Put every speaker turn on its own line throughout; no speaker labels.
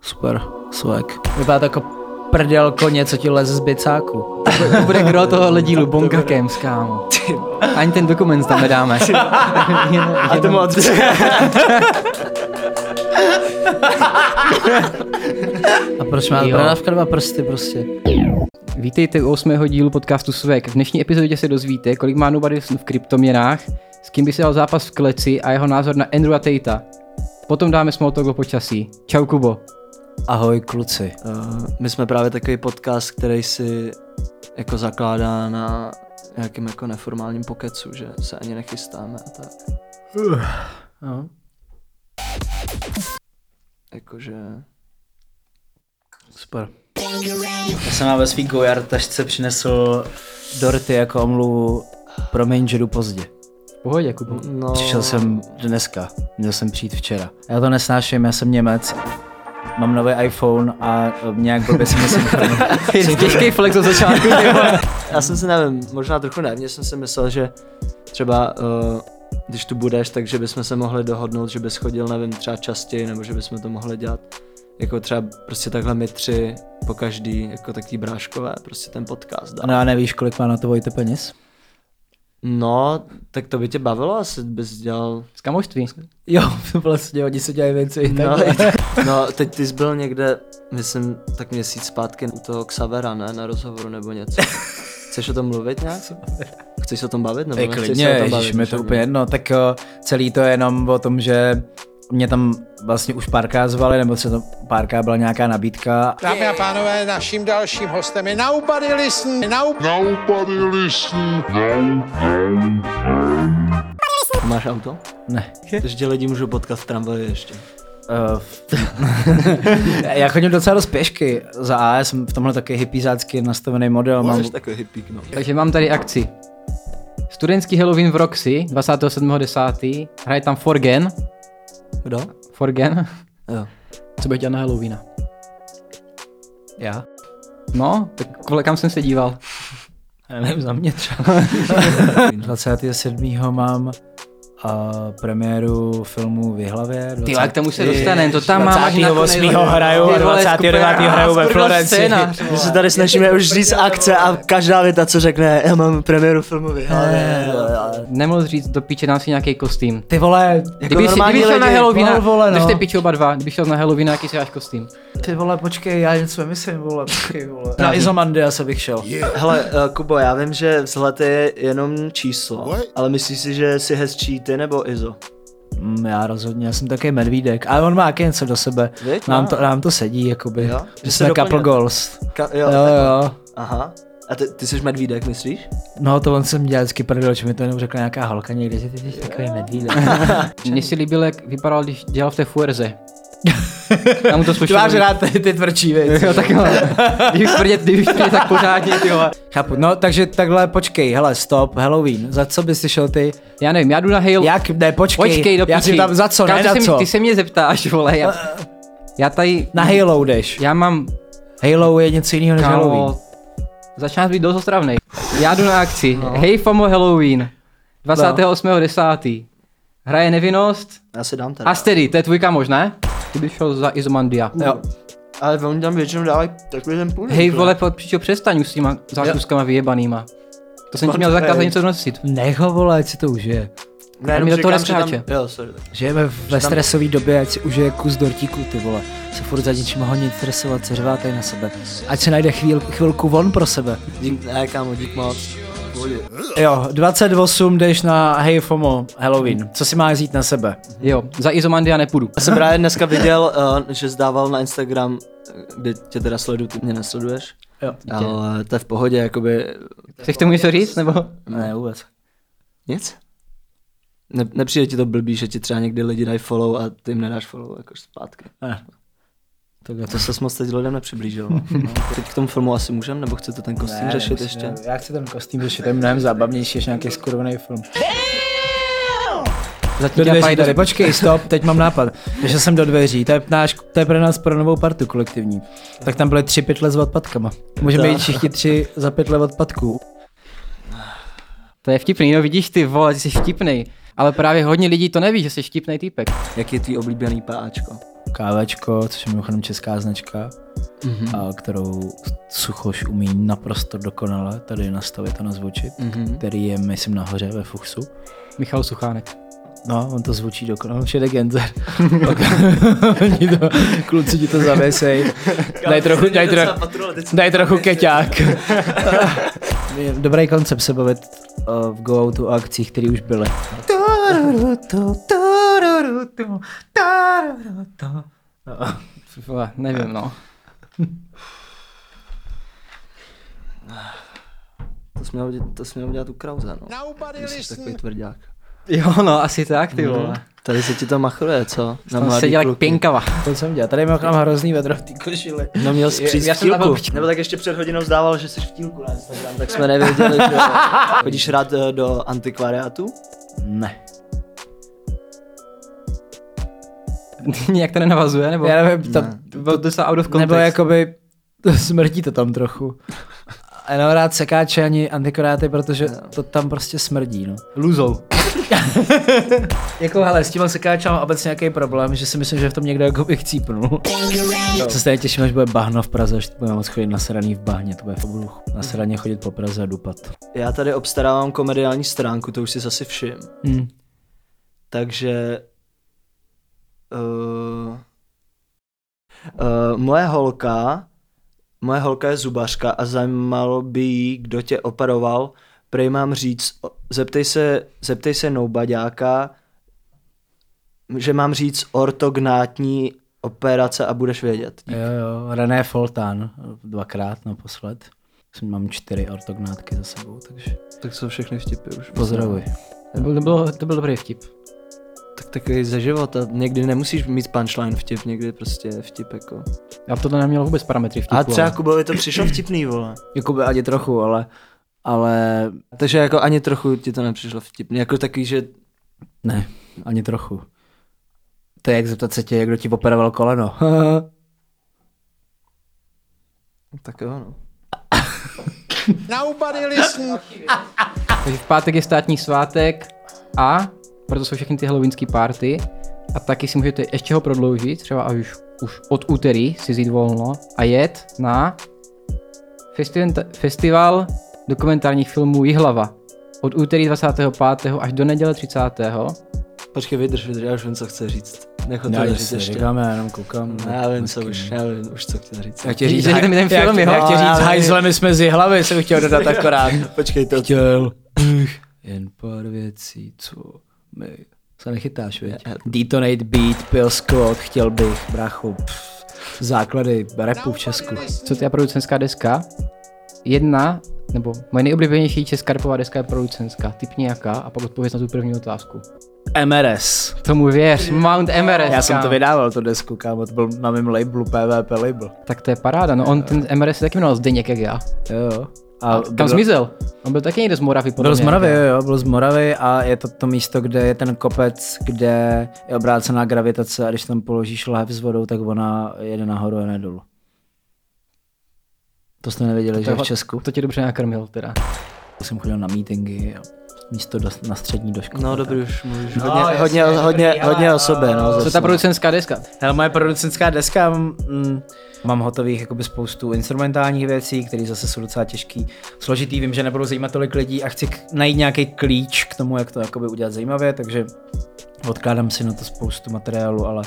Super, swag. Vypadá to jako prdel koně, co ti leze z bicáku. To bude- To bude gro toho dílu, Bonga Games, kámo. Ani ten dokument tam nedáme. Jenom-
A to
jenom-
moc.
A proč má
Jo.
bradavka dva prsty prostě?
Vítejte u osmého dílu podcastu Svek. V dnešní epizodě se dozvíte, kolik má Nobody v kryptoměnách, s kým by se dal zápas v kleci a jeho názor na Andrewa Tatea. Potom dáme small talk o počasí. Čau Kubo.
Ahoj kluci.
Uh, my jsme právě takový podcast, který si jako zakládá na nějakým jako neformálním pokecu, že se ani nechystáme a tak.
No.
Jakože...
Super.
Já jsem vám ve svý gojartašce přinesl dorty jako omluvu. Promiň, že jdu pozdě.
V pohodě Kubo.
No...
Oh.
Přišel jsem dneska, měl jsem přijít včera. Já to nesnáším, já jsem Němec, mám nový iPhone a eh, nějak blbě jsem nesynchronizovaný.
Těžký flex od začátku. ty vole.
Já jsem si nevím, možná trochu nervně jsem si myslel, že třeba uh, když tu budeš, takže bychom se mohli dohodnout, že bys chodil, nevím, třeba častěji, nebo že bychom to mohli dělat jako třeba prostě takhle my tři po každý, jako takový bráškové, prostě ten podcast dát.
No a nevíš, kolik má na to Vojte peněz?
No, tak to by tě bavilo, asi bys dělal...
Z kamošství.
Jo, vlastně oni se dělají věci i
No,
takhle.
no, teď ty jsi byl někde, myslím, tak měsíc zpátky u toho Xavera, ne? Na rozhovoru nebo něco. Chceš o tom mluvit nějak? Chceš se o tom bavit? Nebo
Ej,
nechceš
klidně,
se o tom
ježiš, mi
Už
to
ani-
úplně jedno. Tak jo, celý to je jenom o tom, že mě tam vlastně už párkrát zvali, nebo se to párkrát byla nějaká nabídka
Dámy a pánové, naším dalším hostem je Nobody Listen. Nobody
Nobody listen.
Máš auto?
Ne.
Takže tě lidi můžou potkat v tramvaji ještě.
Eh, já chodím docela dost pěšky za A, já jsem v tomhle taky hippizácky nastavený model. Mám...
Jsi takový hippík, no.
Takže mám tady akci. Studentský Halloween v Roxy 27.10. Hraje tam Forgen.
Kdo?
Forgen.
Jo.
Co bude dělat na Halloweena?
Já?
No, tak vole, kam jsem se díval?
Já nevím, za mě třeba. 27. mám uh, premiéru filmu v Jihlavě.
Ty
20...
jak tam už se dostane, to tam mám až
28. hraju a 29. hraju ve Florenci.
My se tady snažíme už říct akce a každá věta, co řekne, já mám premiéru filmu vyhlávé.
Nemohl říct, do piče dám si nějaký kostým.
Ty vole, jako
Kdyby, si,
normální
kdyby šel na
lidi,
Halloween,
vole, vole, no.
držte piči oba dva, kdyby šel na Halloween, jaký si dáš kostým.
ty vole, počkej, já něco myslím, vole, počkej, vole.
No,
Na Izomandia se bych šel.
Hele, eh, Kubo, já vím, že vzhled je jenom číslo,
What?
ale myslíš si, že jsi hezčí ty nebo Izo?
Mm, já rozhodně, já jsem taky medvídek, ale on má taky něco do sebe.
Věď,
Nám
má.
to, nám to sedí, jakoby.
Jo?
Že
Že se
jsme
doplňujete.
couple goals.
Ka- jo,
Jo,
takhle.
jo.
Aha. A ty, ty jsi medvídek, myslíš?
No to on jsem dělal vždycky prdel, že mi to jenom řekla nějaká holka někde, že ty jsi takový medvídek.
Mně si líbil, jak vypadal, když dělal v té fuerze. Tam mu to
Ty
slušelo.
máš rád ty, ty tvrdší věci.
Jo, tak jo. Když už tvrdě, když už tvrdě, tak pořádně, ty vole.
Chápu, no takže takhle počkej, hele stop, Halloween, za co bys si šel ty?
Já nevím, já jdu na Halo.
Jak, ne počkej,
Počkej, do
já si
piči.
tam za co, ne
Kámo, ty
za
se
co?
mě- Ty se mě zeptáš, vole, já, já tady,
Na Halo jdeš,
já mám
Halo je něco jiného než Halloween.
Kámo, začínáš být dost ostravnej. Já jdu na akci. No. Hej FOMO
No.
Halloween. 28.10. Hraje nevinnost.
Já si dám tady.
Astery, to je tvůj kamoš, ne? Ty bys šel za Izomandia.
Jo.
Ale oni tam většinou dávají takový ten půl.
Hej vole, po- přičo přestaň už s těma zákuskama vyjebanýma. To jsem ti měl zakázat
Hej.
něco nosit.
Nech ho vole, ať si to užije.
ne,
mi
jenom
do toho
říkám, že tam-
neskáče.
Jo, sorry.
Žijeme ve stresové době, ať si užije kus dortíku, ty vole. Se furt za něčím honit, stresovat, seřvátej na sebe. Ať se najde chvíl, chvilku von pro sebe.
Dík, ne, kámo, dík moc. Pohodě.
Jo, 28 jdeš na Hey FOMO Halloween. Co si má vzít na sebe?
Jo, za Izomandia nepůjdu.
Já jsem právě dneska viděl, uh, že zdával na Instagram, eh, kde tě teda sleduju, ty mě nesleduješ.
Jo.
Ale to je v pohodě, jakoby
Chceš k tomu něco říct, nebo?
Ne, vůbec.
nic. Ne, nepřijde ti to blbý, že ti třeba někdy lidi dají follow a ty jim nedáš follow jako zpátky.
Ne. To
To se moc teď lidem nepřiblížilo. No. Teď k tomu filmu asi můžem, nebo chcete ten kostým řešit ještě?
Já chci ten kostým řešit, to je mnohem zábavnější než nějaký skurvený film. Do
Zatím tě
dveří
padají
tady,
do...
počkej, stop, teď mám nápad. Takže jsem do dveří, to je, náš, to je pro nás pro novou partu kolektivní. Tak tam byly tři pytle s odpadkama. Můžeme jít všichi tři za pytle odpadků.
To je vtipný, no vidíš ty vole, ty jsi vtipnej. Ale právě hodně lidí to neví, že jsi vtipnej týpek.
Jak je tvý oblíbený páčko?
Kávačko, což je mimochodem česká značka, mm-hmm. a kterou Suchoš umí naprosto dokonale tady nastavit a nazvučit,
Mhm.
mm-hmm. který je, myslím, nahoře ve Fuchsu.
Michal Suchánek.
No, on to zvučí dokonale, on už je legendar. Oni to, kluci ti to zavesej. Daj trochu, daj trochu, daj trochu keťák. Dobrý koncept se bavit eh, v Go Outu o akcích, které už byly.
Vole, nevím, no.
To jsi měl, udělat- to jsi měl udělat u Krause, no.
Nobody
Ty jsi takový
listen.
tvrdák.
Jo, no, asi tak, ty vole.
Tady se ti to machruje, co? Na
Tam seděl jak pěnkava.
To jsem dělal. Tady je mimochodem hrozný vedro v té košili.
No měl jsi přijít
já
v
jsem tam
tílku.
byl vč-
Nebo tak ještě před hodinou zdával, že jsi v tílku na Instagram, tak jsme nevěděli, že jo. Chodíš rád eh, do antikvariátu?
Ne.
Nějak to nenavazuje, nebo?
Já nevím, to,
To Byl docela out of context.
nebo jakoby smrdí to tam trochu. A nemám rád sekáče ani antikoráty, protože to tam prostě smrdí, no.
No. lůzou.
Jako, hele, s tím sekáčem mám obecně nějaký problém, že si myslím, že v tom někdo jako bych cípnul. Co se tady těším, až bude bahno v Praze, až budeme moc chodit nasraný v bahně, to bude fakt budu nasraně chodit po Praze a dupat.
Já tady obstarávám komediální stránku, to už si zase všim.
Hmm.
Takže... Uh, uh, moje holka, moje holka je zubařka a zajímalo by jí, kdo tě operoval. Prej mám říct, o- zeptej se, zeptej se noubaďáka, že mám říct ortognátní operace a budeš vědět.
Jo, jo, René Foltán, dvakrát naposled. Jsem, mám čtyři ortognátky za sebou, takže
Tak jsou všechny vtipy už.
pozdravuj.
To byl, to, byl, to byl dobrý vtip.
Tak takový ze života. Někdy nemusíš mít punchline vtip, někdy prostě je vtip jako.
Já tohle neměl vůbec parametry vtipu.
A třeba
ale-
Kubovi to přišlo vtipný, vole.
Jakoby ani trochu, ale, ale
Takže jako ani trochu ti to nepřišlo vtipný. Jako takový, že
ne, ani trochu. To je jak zeptat se tě, jak kdo ti operoval koleno.
Tak jo, no.
Nobody listen.
Takže v pátek je státní svátek a proto jsou všechny ty halloweenské party a taky si můžete ještě ho prodloužit, třeba až už, už od úterý si vzít volno a jet na festival, festival dokumentárních filmů Jihlava. Od úterý 25. až do neděle 30.
Počkej, vydrž, vydrž, já už vím, co chci říct. Nech to
Já
no,
nic
říct
si
ještě.
neříkám, já jenom koukám.
Já vím, co už, já vím, už co chci říct.
Já chtěl říct,
Že ten- ten
já,
film,
chtěl-
jo,
no, já chtěl
ale-
říct, hajzle, my jsme z hlavy, jsem chtěl dodat akorát.
Počkej, to
Chtěl. Jen pár věcí, co my... Se nechytáš, viď? Detonate beat, pil squat, chtěl bych, brachu. Pff, základy rapu v Česku.
Co to je producenská deska? Jedna, nebo moje nejoblíbenější česká rapová deska je producenská. Typně jaká a pak odpověď na tu první otázku.
MRS.
Tomu věř, Mount Everest.
Já jsem to
kámo.
vydával, to desku, kámo, to byl na mém labelu, PVP label.
Tak to je paráda, no on ten MRS se taky jmenoval Zdeněk jak já.
Jo. A,
Kam zmizel? On byl taky někde z Moravy podle
Byl z
mě,
Moravy,
jak
jo,
já.
jo, byl z Moravy a je to to místo, kde je ten kopec, kde je obrácená gravitace a když tam položíš lahev s vodou, tak ona jede nahoru a ne dolů. To jste nevěděli, že
To-
v Česku?
To tě dobře nakrmil teda.
To jsem chodil na meetingy a místo do, na střední do školy.
No dobrý, už mluvíš hodně, hodně, hodně, hodně, hodně o sobě, no.
Co
zase.
je ta producentská deska?
Hele, moje producenská deska, mm, mám hotových jakoby spoustu instrumentálních věcí, které zase jsou docela těžký, složitý, vím, že nebudou zajímat tolik lidí a chci k- najít nějaký klíč k tomu, jak to jakoby udělat zajímavě, takže odkládám si na to spoustu materiálu, ale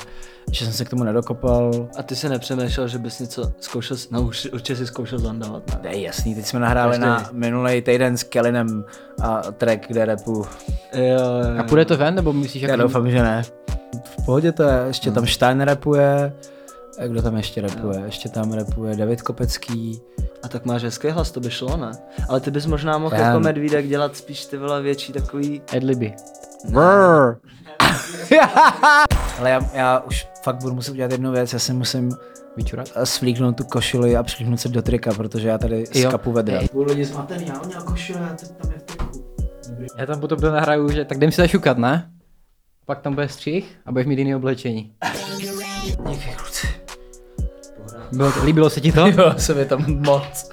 že jsem se k tomu nedokopal.
A ty se nepřemýšlel, že bys něco zkoušel, s- no už určitě si zkoušel zandávat, ne?
To je jasný, teď jsme nahráli na minulý týden s Kellinem a track, kde repu.
Jo, jo,
A půjde to ven, nebo myslíš, jako
Já
jak
doufám, že ne. V pohodě to je, ještě tam Stein repuje, A kdo tam ještě repuje? Ještě tam repuje David Kopecký,
A tak máš hezký hlas, to by šlo, ne? Ale ty bys možná mohl
Já-
jako medvídek dělat spíš ty vole větší takový...
Adliby.
Brr. Ale já, já už fakt budu muset udělat jednu věc, já si musím
Vyčurat?
eh, svlíknout tu košili a přilíknout se do trika, protože já tady
Jo.
skapu vedra.
Ej.
Půl lidi zmatený, já měl košil, já teď tam je v
Já tam potom to nahraju, že tak jdem si zašukat, ne? Pak tam bude střih a budeš mít jiný oblečení. Díky, kluci. Bylo, líbilo se ti to?
Jo, se mi tam moc.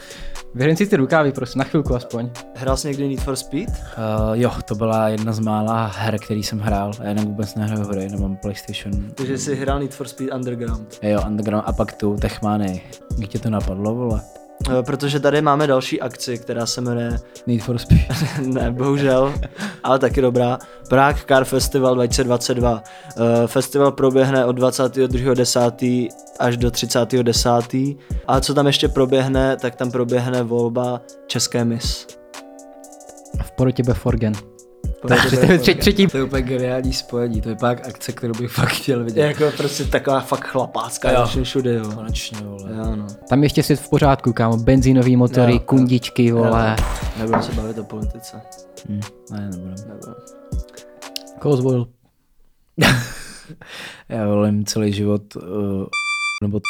Vyhrň si ty rukávy, prosím, na chvilku aspoň.
Hrál jsi někdy Need for Speed?
Uh, jo, to byla jedna z mála her, který jsem hrál. Já jenom vůbec nehraju hry, nemám PlayStation.
Takže jsi hrál Need for Speed Underground.
Jo, Underground a pak tu Techmany. Jak tě to napadlo, vole?
Eh, Protože tady máme další akci, která se jmenuje
Need for Speed.
ne, bohužel, ale taky dobrá. Prague Car Festival 2022. Eh, Festival proběhne od 22.10. až do 30.10. A co tam ještě proběhne, tak tam proběhne volba České mis.
V porotě Beforgen.
Protože
Třetí, třetí.
To je úplně geniální spojení, to je pak akce, kterou bych fakt chtěl vidět.
je jako prostě taková fakt chlapácká
Jo.
jo. všude, jo.
Konečně, vole.
Jo, no.
Tam ještě svět v pořádku, kámo. Benzínový motory,
Jo, jo.
kundičky, vole.
Nebudeme se bavit o politice.
Hm, Ne, nebudem.
Nebudem.
Koho zvolil?
Já volím celý život uh, nebo t-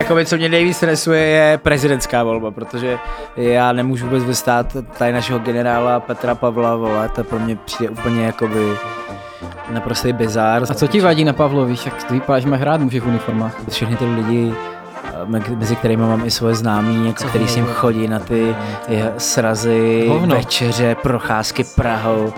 Jakoby, co mě nejvíc stresuje, je prezidentská volba, protože já nemůžu vůbec vystát tady našeho generála Petra Pavla, vole, to pro mě přijde úplně jakoby naprostý bizár.
A co ti vadí na Pavlovi? Však ty vypadáš, že máš rád muže v uniformách.
Všechny ty lidi, eh, mezi kterými mám i svoje známí, jako který s ním chodí na ty eh, srazy,
Hovno.
večeře, procházky Prahou.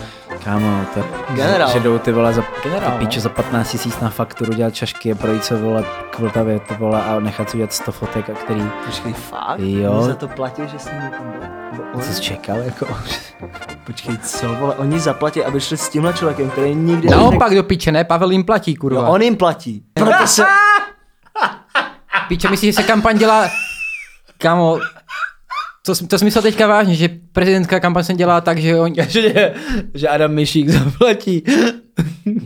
Kámo, to
Generál.
že jdou ty vole za
Generál,
Generál,
no.
píče za 15 tisíc na fakturu dělat čašky a projít se vole k Vltavě ty vole a nechat si udělat 100 fotek, a který
Počkej, fakt?
Jo.
Oni za to platí, že jsi někam byl? Nebo on?
co jsi čekal jako.
Počkej, co vole, oni zaplatí, aby šli s tímhle člověkem, který nikdy...
Naopak do piče, ne? Pavel jim platí, kurva.
No, on jim platí. Proto se...
Piče, myslíš, že se kampaň dělá... Kámo, to, jsi- to jsi myslel teďka vážně, že prezidentská kampaň se dělá tak, že oni...
že, že Adam Myšík zaplatí.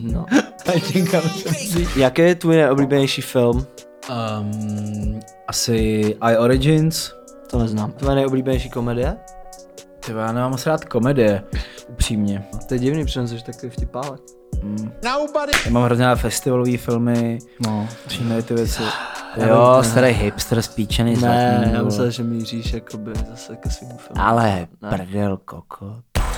No.
A čekám, co
Jaký je tvůj nejoblíbenější film?
um, asi I Origins.
To neznám. Tvoje nejoblíbenější komedie?
Ty vole, já nemám moc rád komedie, upřímně.
To je divný, protože jsi takový vtipálek.
Nobody.
Já mám hrozně rád festivalové filmy,
No.
všechny ty věci. Jo, starý hipster spíčený
Ne,
zlatý,
já
vole.
myslel, že míříš jakoby zase ke svým filmu.
Ale prdel koko.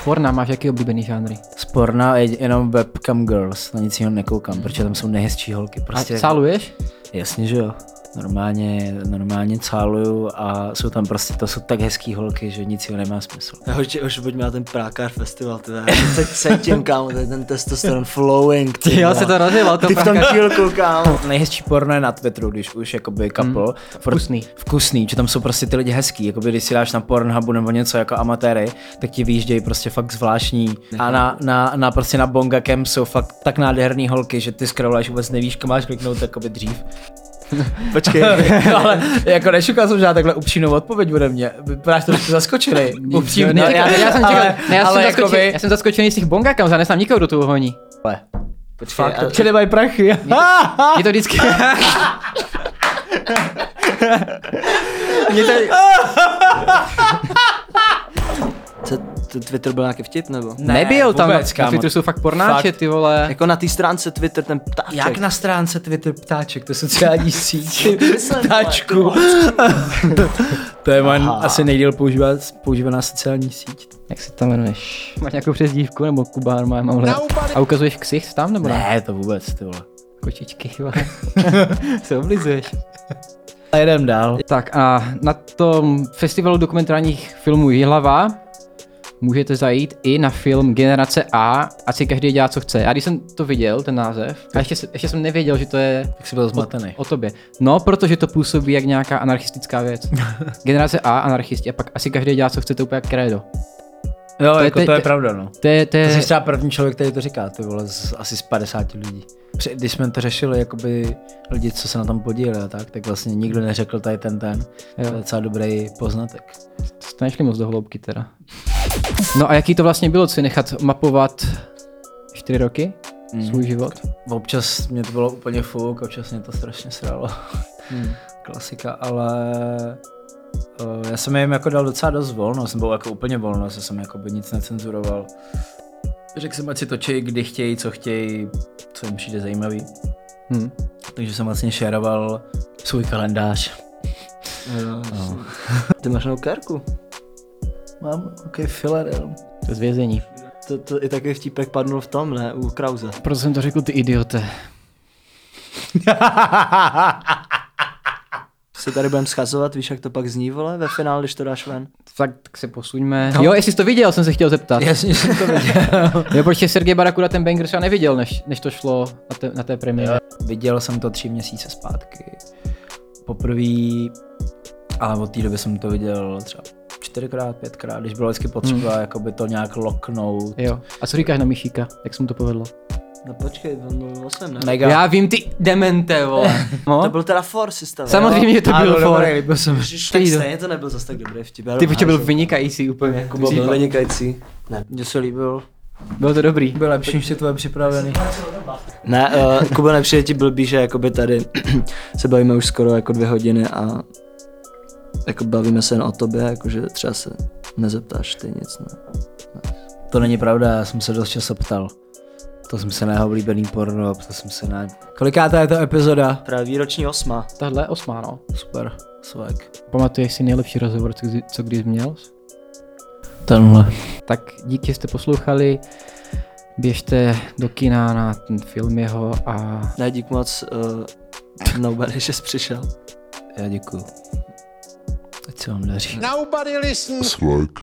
Porna máš jaký oblíbený žánry?
Sporna je jenom webcam girls, na nic jiného nekoukám, protože tam jsou nejhezčí holky.
A
Prostě
saluješ?
Jasně, že jo. Normálně, normálně cáluju a jsou tam prostě, to jsou tak hezký holky, že nic jiného nemá smysl.
Hoči, už pojďme na ten Prákár festival, ty vole. já se cítím, kámo, to je ten testosteron flowing, ty
Jo,
vole.
se to rozjelo, to
Ty v tom dílku, kámo.
Nejhezčí porno je na Twitteru, když už jakoby couple. Mm,
Hmm, vkusný.
Vkusný, že tam jsou prostě ty lidi hezký, jakoby když si dáš na Pornhubu nebo něco jako amatéry, tak ti výjíždějí prostě fakt zvláštní. A na, na, na prostě na Bonga Camp jsou fakt tak nádherný holky, že ty scrolluješ vůbec nevíš, kam máš kliknout jakoby dřív.
Počkej,
ale jako nešukal jsem žádnou takhle upřímnou odpověď ode mě. Vypadáš to, že jste zaskočili. Upřímně.
Ne, já, já, jsem čekal,
ale,
ne, já,
ale
jsem zaskočený,
jakoby-
já jsem zaskočený z těch bonga, kam já neznám nikoho, kdo tu honí.
počkej, a,
Čili mají prachy.
Je to vždycky...
mě to... Co, t- Twitter byl nějaký vtip, nebo?
Ne,
Nebyl tam,
vůbec,
na
kámo.
Twitteru jsou fakt pornáče,
Fakt.
ty vole.
Jako na té stránce Twitter, ten ptáček.
Jak na stránce Twitter ptáček, to je sociální síť. Ptáčku. jako- to je moje asi nejdíl používaná, používaná sociální síť.
Jak se tam jmenuješ? Máš nějakou přezdívku nebo Kubár má, mám hledat. A ukazuješ ksicht tam nebo ne?
Ne, to vůbec, ty vole.
Kočičky, vole. se oblizuješ.
A jedem dál.
Tak a na tom festivalu dokumentárních filmů Jihlava můžete zajít i na film Generace A, ať si každý dělá, co chce. Já když jsem to viděl, ten název, a ještě, se- ještě jsem nevěděl, že to je
Jak jsi byl zmatený.
o tobě. No, protože to působí jak nějaká anarchistická věc. Generace A, anarchisti, a pak asi každý dělá, co chce, to je úplně jak kredo.
Jo,
je-
jako
to
to
je-
je pravda, no.
To je, to
Ty
je,
jsi třeba první člověk, který to říká, ty vole, z, asi z 50 lidí. Při, když jsme to řešili, jakoby lidi, co se na tom podíleli a tak, tak vlastně nikdo neřekl tady ten ten.
Jo.
Jo. To je docela dobrý poznatek.
jste nešli moc do hloubky teda. No a jaký to vlastně bylo, si nechat mapovat čtyři roky?
Mm.
Svůj život?
Občas mě to bylo úplně fuk, občas mě to strašně sralo. Hmm. Klasika, ale eh, já jsem jim jako dal docela dost volnost, nebo jako úplně volnost, já jsem jako by nic necenzuroval. Řekl jsem, ať si točí, kdy chtějí, co chtějí, co jim přijde zajímavý.
Hm.
Takže jsem vlastně šeroval svůj kalendář.
Jo, no. Ty máš novou kérku.
Mám, ok, filler, jo.
To je z vězení.
To, to i takový vtípek padnul v tom, ne? U Krause.
Proto jsem to řekl, ty idiote.
se tady budeme schazovat, víš, jak to pak zní, vole, ve finále, když to dáš ven.
Tak, tak se posuňme. No. Jo, jestli jsi to viděl, jsem se chtěl zeptat.
Jasně, jsem to viděl.
Jo, proč je Sergej Barakuda ten banger třeba neviděl, než, než to šlo na, te, na té premiéře?
viděl jsem to tři měsíce zpátky. Poprvé, ale od té doby jsem to viděl třeba čtyřikrát, pětkrát, když bylo vždycky potřeba hmm. jakoby to nějak loknout.
Jo. A co říkáš na Mišíka? Jak se mu to povedlo?
No počkej, on byl 8, ne?
Mega.
Já vím, ty demente, vole.
To
No?
byl teda for, systém. no,
Samozřejmě, že to byl for.
líbil jsem.
Tak
Ty do-
stejně to nebyl zase tak dobrý vtip. já
Ty
doufám,
by to byl
že-
vynikající úplně. jako
Kuba byl
Případ.
vynikající. Ne, mně se líbil.
Bylo to dobrý.
Byl lepší, než si tvoje připravený.
Ne, uh, Kuba nepřijde ti blbý, že jakoby tady se bavíme už skoro jako dvě hodiny a jako bavíme se jen o tobě, jakože třeba se nezeptáš ty nic, no. ne?
To není pravda, já jsem se dost často ptal. To jsem se na jeho oblíbený porno, to jsem se na... Kolikátá je to epizoda?
Právě výroční osma.
Tahle osmá, no.
Super, svek.
Pamatuješ si nejlepší rozhovor, co, kdy- co kdy měl?
Tenhle.
Tak díky, že jste poslouchali. Běžte do kina na ten film jeho a
Ne, dík moc, uh, nobody, že jsi přišel.
Já děkuju. Ať se vám daří.
Nobody listens.
Swag.